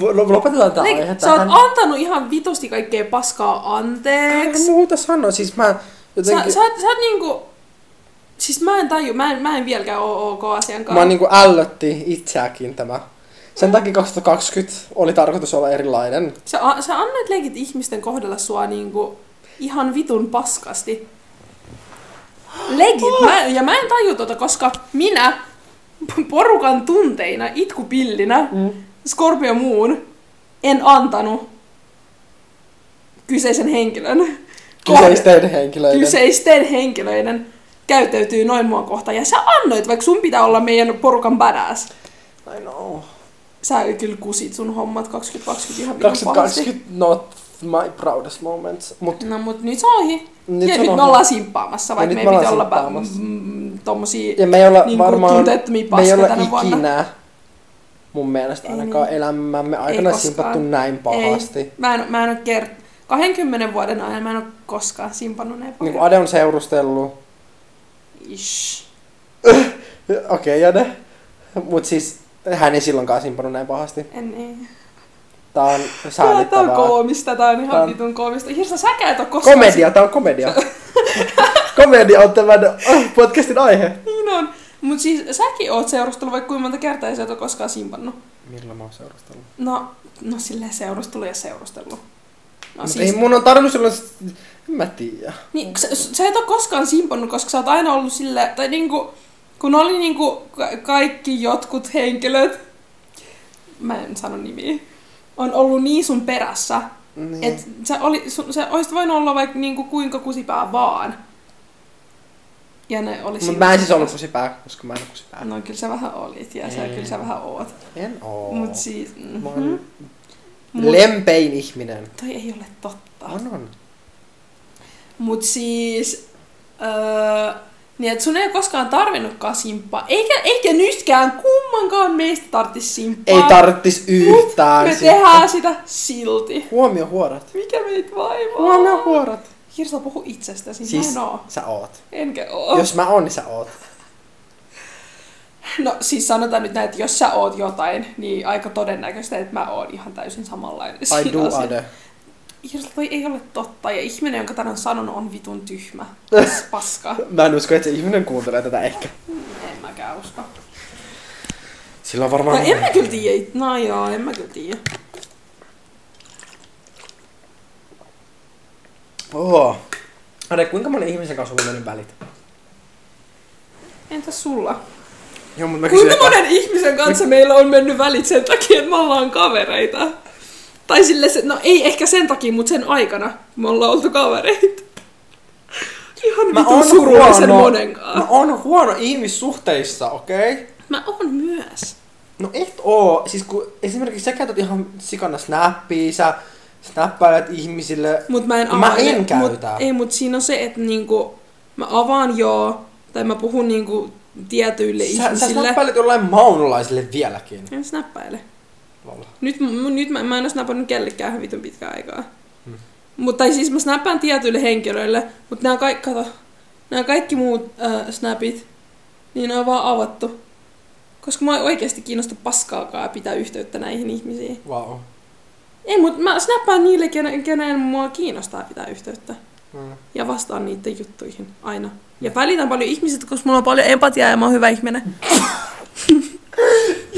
V- lo- no, Lopetetaan tämä Like, aihe Niin, sä oot tähän. antanut ihan vitusti kaikkea paskaa Mä anteeksi. muuta sanoa, siis mä Sä, jotenkin... sä, oot- sä oot niinku... Siis mä en taju, mä en, mä en vieläkään oo ok asiankaan. Mä niinku ällötti itseäkin tämä. Sen takia 2020 oli tarkoitus olla erilainen. sä, a- sä annoit leikit ihmisten kohdella sua niinku ihan vitun paskasti. Legit. Mä, ja mä en taju tota, koska minä p- porukan tunteina, itkupillinä, Mm. Scorpio Moon, en antanut kyseisen henkilön. Kyseisten henkilöiden. kyseisten henkilöiden käyttäytyy noin mua kohtaan. Ja sä annoit, vaikka sun pitää olla meidän porukan badass. I know. Sä kyllä kusit sun hommat 2020 ihan vitun pahasti. 2020 not my proudest moments. Mut No mut nyt se on ohi. Nyt nyt, ja se nyt on me ollaan simppaamassa, Ja vaikka nyt me me ei ollaan piti olla pä- simppaamassa. mm, tommosia Ja me ei olla niin varmaan, varmaan, tunteettomia me ei paskoja olla tänä vuonna. ikinä mun mielestä Ei ainakaan niin. elämämme aikana koskaan. simpattu näin pahasti. Ei, mä en, mä en ole kert... 20 vuoden ajan mä en ole koskaan simpannut näin Niin paljon. kuin Ade on seurustellut. Ish. Okei, okay, Jade. Mut siis hän ei silloinkaan simpanut näin pahasti. En ei. Tää on Tää, tää on säälittävää. koomista, tää on ihan Tää on- vitun koomista. Hirsa, säkään et oo koskaan... Komedia, tää on <laughs> komedia. komedia on tämän oh, podcastin aihe. Niin on. Mut siis säkin oot seurustellut vaikka kuinka monta kertaa ja sä et oo koskaan simpannut. Milloin mä oon seurustellut? No, no silleen seurustellut ja seurustellut. No Mut siis, Ei mun on tarvinnut silloin... En mä tiedä. niin, sä, sä et oo koskaan simpannut, koska sä oot aina ollut sille, tai niinku, kun oli niinku ka- kaikki jotkut henkilöt, mä en sano nimiä, on ollut niin sun perässä, Niin. Et sä, oli, sun, sä olisit voinut olla vaikka niinku kuinka kusipää vaan. Ja ne oli Mut silti- mä en siis ollut kusipää, koska mä en ole kusipää. No kyllä sä vähän olit ja sä, Ei. kyllä sä vähän oot. En oo. Mut siis... Mm, Mä oon mut, lempein ihminen. toi ei ole totta. On on. Mut siis... Öö, niin et sun ei koskaan tarvinnutkaan simppaa. Eikä, eikä nytkään kummankaan meistä tarvitsisi simppaa. Ei tarttis yhtään. Ah. Me sitä. tehdään sitä silti. Huomio huorat. Mikä meitä vaivaa? Huomio huorat. Hirsa puhu itsestäsi. Siis... Siis Mä en oo. sä oot. Enkä oo. Jos mä oon, niin sä oot. No siis sanotaan nyt näin, että jos sä oot jotain, niin aika todennäköistä, että mä oon ihan täysin samanlainen. <laughs> I siinä do asiassa. other. <laughs> Hirsa, toi ei ole totta. Ja ihminen, jonka tämän on sanonut, on vitun tyhmä. Paska. Mä en usko, että se ihminen kuuntelee tätä ehkä. En mäkään usko. Sillä on No varmaan... en mä kyllä tiedä. No joo, en mä kyllä tiedä. Oho. Ade, kuinka monen ihmisen kanssa sulla on välit? Entä sulla? Joo, mutta mä kysyn, Kuinka monen ihmisen kanssa meillä on mennyt välit sen takia, että me ollaan kavereita? Tai sille, se, no ei ehkä sen takia, mutta sen aikana me ollaan oltu kavereita. Ihan Mä vitun oon surullisen huono. monenkaan. Mä oon No, huono ihmissuhteissa, okei? Okay? Mä oon myös. No et oo. Siis kun esimerkiksi sä käytät ihan sikana snappia, sä snappailet ihmisille. Mut mä en Kun avaa. mä en mut- käytä. ei, mut siinä on se, että niinku, mä avaan joo, tai mä puhun niinku tietyille Sä, sä ihmisille. snappailet jollain maunulaisille vieläkin. en snappailet. Lol. Nyt, m- nyt mä, mä en ole snappannut kellekään ihan vitun pitkään aikaa. Mm. Mutta tai siis mä snappaan tietyille henkilöille, mutta nämä kaikki, kato, nämä kaikki muut äh, snapit, niin ne on vaan avattu. Koska mä oikeasti kiinnosta paskaakaan pitää yhteyttä näihin ihmisiin. Wow. Ei, mutta mä snappaan niille, kenen, kenen mua kiinnostaa pitää yhteyttä. Mm. ja vastaan niiden juttuihin aina. Ja välitän paljon ihmisistä, koska mulla on paljon empatiaa ja mä oon hyvä ihminen. <laughs>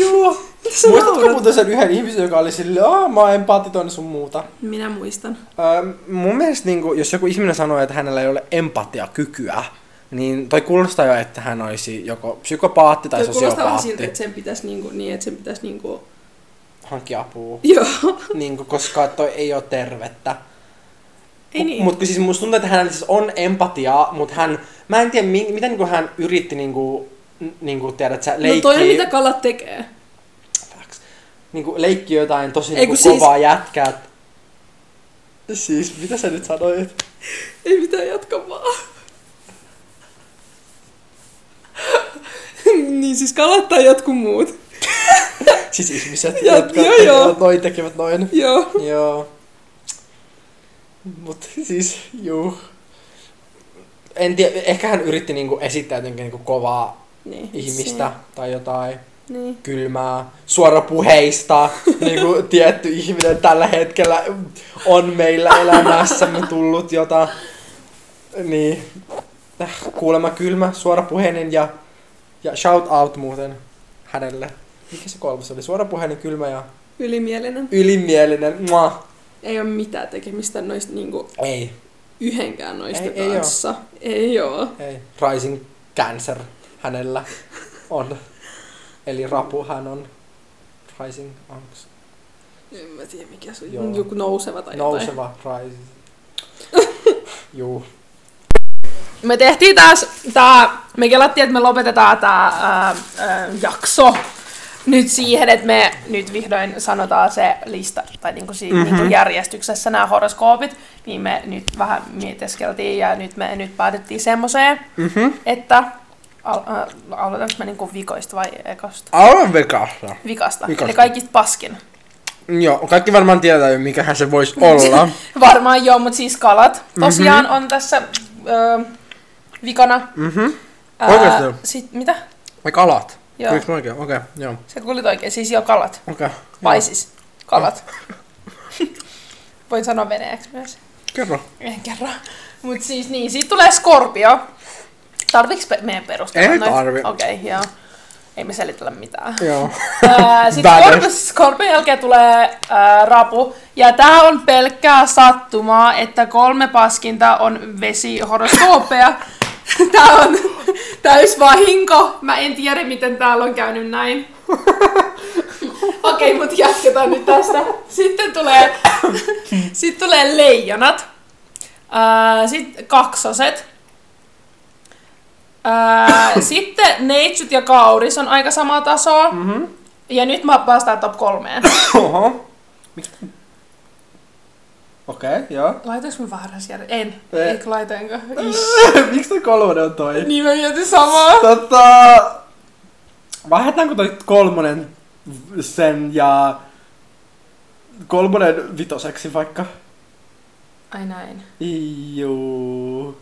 Joo. Sä Muistatko naurat? muuten sen yhden ihmisen, joka oli silleen, aah, mä oon empaattitoinen sun muuta? Minä muistan. Ähm, mun mielestä niin jos joku ihminen sanoo, että hänellä ei ole empatiakykyä, niin toi kuulostaa jo, että hän olisi joko psykopaatti tai Toi kuulostaa vähän siltä, sosiopaatti. että sen pitäisi niinku, niin, että sen pitäisi niinku... Hankki apua, Joo. niin kuin, koska toi ei ole tervettä. Ei niin. Mutta siis musta tuntuu, että hänellä siis on empatiaa, mutta hän, mä en tiedä, mi- mitä niin hän yritti niin kuin, niin kuin tiedät sä, no leikkiä, toi on mitä kalat tekee. niin kuin, leikkiä jotain tosi Ei, niin kun kovaa jätkää. Siis, mitä sä nyt sanoit? Ei mitään jatka vaan. <laughs> niin siis kalat tai jotkut muut. Siis ihmiset, Ja- jotka joo, tekevät joo. noin, tekevät noin. Joo. Joo. Mut siis, juu. En tiedä, ehkä hän yritti niinku esittää jotenkin niinku kovaa Niin. ihmistä tai jotain Se. Niin. kylmää, <laughs> suorapuheista, niinku tietty ihminen tällä hetkellä on meillä elämässämme tullut, jota niin, äh, kuulemma kylmä, suorapuheinen ja, ja shout out muuten hänelle. Mikä se kolmas oli? Suorapuheinen, kylmä ja Ylimielinen. ylimielinen. Mua. Ei ole mitään tekemistä noista niinku Ei, yhdenkään noista Ei- ei kanssa. Ei oo. ei. Rising Cancer hänellä on. Eli rapu hän on. Rising Anx. En mä tiedä mikä se Joo. on. Joku nouseva tai jotain. Nouseva <laughs> Rising. Juu. Me tehtiin taas tää, me kelattiin, että me lopetetaan tää ää, ää, jakso nyt siihen, että me nyt vihdoin sanotaan se lista, tai niinku si- mm-hmm. niinku järjestyksessä nämä horoskoopit, niin me nyt vähän mietiskeltiin ja nyt me nyt päädyttiin semmoiseen, Mhm. että al- äh, aloitanko mä niinku vikoista vai ekosta? Aivan vikasta. Vikasta. Eli Vikasta. kaikista paskin. Joo, kaikki varmaan tietää jo, mikähän se <laughs> voisi olla. Varmaan joo, mutta siis kalat tosiaan mm-hmm. on tässä ö, vikana. mhm. Ää, Oikeesti? Sit, mitä? Vai kalat? Joo. Oliko mä oikein? Okei, okay, joo. Sä kuulit oikein, siis joo kalat. Okei. Okay. Vai siis kalat. <laughs> Voin sanoa venäjäksi myös. Kerro. En kerran. Mut siis niin, siitä tulee skorpio. Tarviiks pe- meidän perustella? Ei noit? tarvi. Okei, okay, joo. Ei me selitellä mitään. Joo. Ää, Sitten Badass. Scorp- Scorpion jälkeen tulee ää, rapu. Ja tää on pelkkää sattumaa, että kolme paskinta on vesihoroskoopeja. <laughs> tää on <laughs> täys vahinko. Mä en tiedä, miten täällä on käynyt näin. Okei, mut jatketaan nyt tästä. Sitten tulee, sit tulee leijonat. Sitten kaksoset. Ää, sitten neitsyt ja kauris on aika samaa tasoa. Mhm. Ja nyt mä päästään top kolmeen. Oho. Okei, okay, joo. <coughs> <laughs> Laitoinko mä väärässä järje- En. Ei. Ei. Eikö laitoinko? Ish. Miksi toi kolmonen on toi? Niin mä mietin samaa. Tota... Vaihdetaanko toi kolmonen sen ja... Kolmonen vitoseksi vaikka? Ai näin. Juu.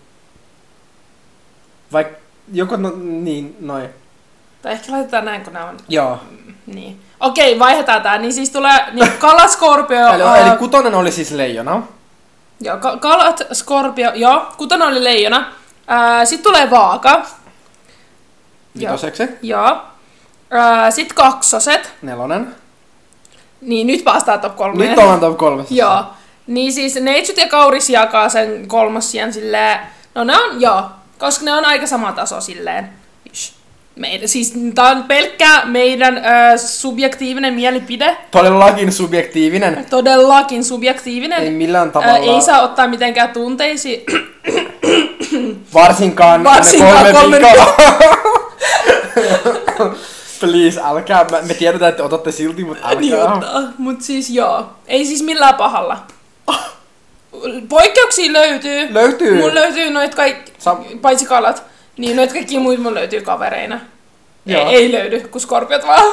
Vaikka... Joko no, niin, noin. Tai ehkä laitetaan näin, kun nää on... Joo. Niin. Okei, vaihdetaan tää. Niin siis tulee niin kala, skorpio... Eli, ää, eli kutonen oli siis leijona. Joo, ka- kalat, skorpio... Joo, kutana oli leijona. Ää, sit tulee vaaka. Vitoseksi. Joo. Ää, sit kaksoset. Nelonen. Niin, nyt päästään top kolmeen. Nyt ollaan top kolmessa. Joo. Niin siis neitsyt ja kauris jakaa sen kolmossian silleen, no ne on, joo, koska ne on aika sama taso silleen. Ish. Meidän, siis tää on pelkkä meidän ö, subjektiivinen mielipide, Todellakin subjektiivinen. todellakin subjektiivinen. Ei millään Ö, tavalla. ei saa ottaa mitenkään tunteisiin. Varsinkaan, Varsinkaan kolme kolme viikkoa. <laughs> Please, älkää. Me, me tiedetään, että otatte silti, mutta älkää. Niin ottaa, mut siis joo. Ei siis millään pahalla. Poikkeuksia löytyy. Löytyy. Mun löytyy noit kaikki, Sam- paitsi kalat, niin noit kaikki muut mun löytyy kavereina. Ei, Joo. ei löydy, kun skorpiot vaan.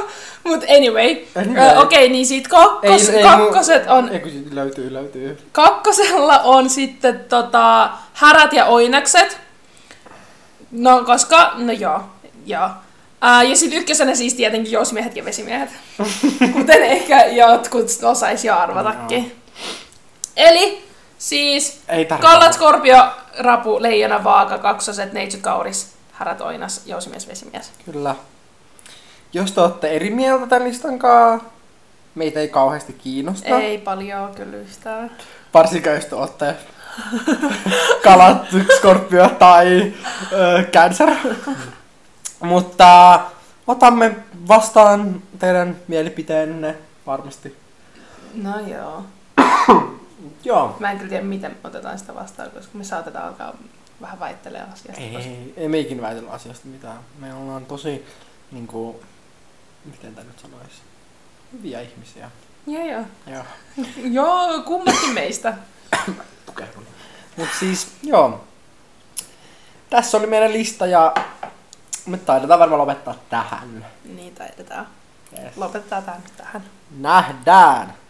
Mut anyway. Anyway. Ö, Okei, okay, niin sit kakkos, ei, ei, kakkoset mu- on... Ei, kun löytyy, löytyy. Kakkosella on sitten tota, härät ja oinekset. No, koska... No joo, joo. Ää, ja sitten ykkösenä siis tietenkin jousmiehet ja <laughs> vesimiehet. Kuten ehkä jotkut osaisi jo arvatakin. Eli siis Ei tarvitse. Kallat, Skorpio, Rapu, Leijona, Vaaka, Kaksoset, Neitsyt, Kauris, Härät, Oinas, Jousimies, Vesimies. Kyllä. Jos te olette eri mieltä tämän listan kanssa, meitä ei kauheasti kiinnosta. Ei paljon kyllä yhtään. Varsinkaan jos te olette <laughs> kalat, skorpio tai ö, cancer. <laughs> Mutta otamme vastaan teidän mielipiteenne varmasti. No joo. Joo. Mä en kyllä tiedä, miten me otetaan sitä vastaan, koska me saatetaan alkaa vähän väittelemään asiasta. koska- Ei, ei me ikinä väitellä asiasta mitään. Me ollaan tosi, niin kuin, miten tämä nyt sanoisi, hyviä ihmisiä. Joo, joo. Joo. Joo, kummatkin meistä. Tukehdun. Mut siis, joo. Tässä oli meidän lista ja me taidetaan varmaan lopettaa tähän. Niin taidetaan. Yes. Lopettaa tämä nyt tähän. Nähdään!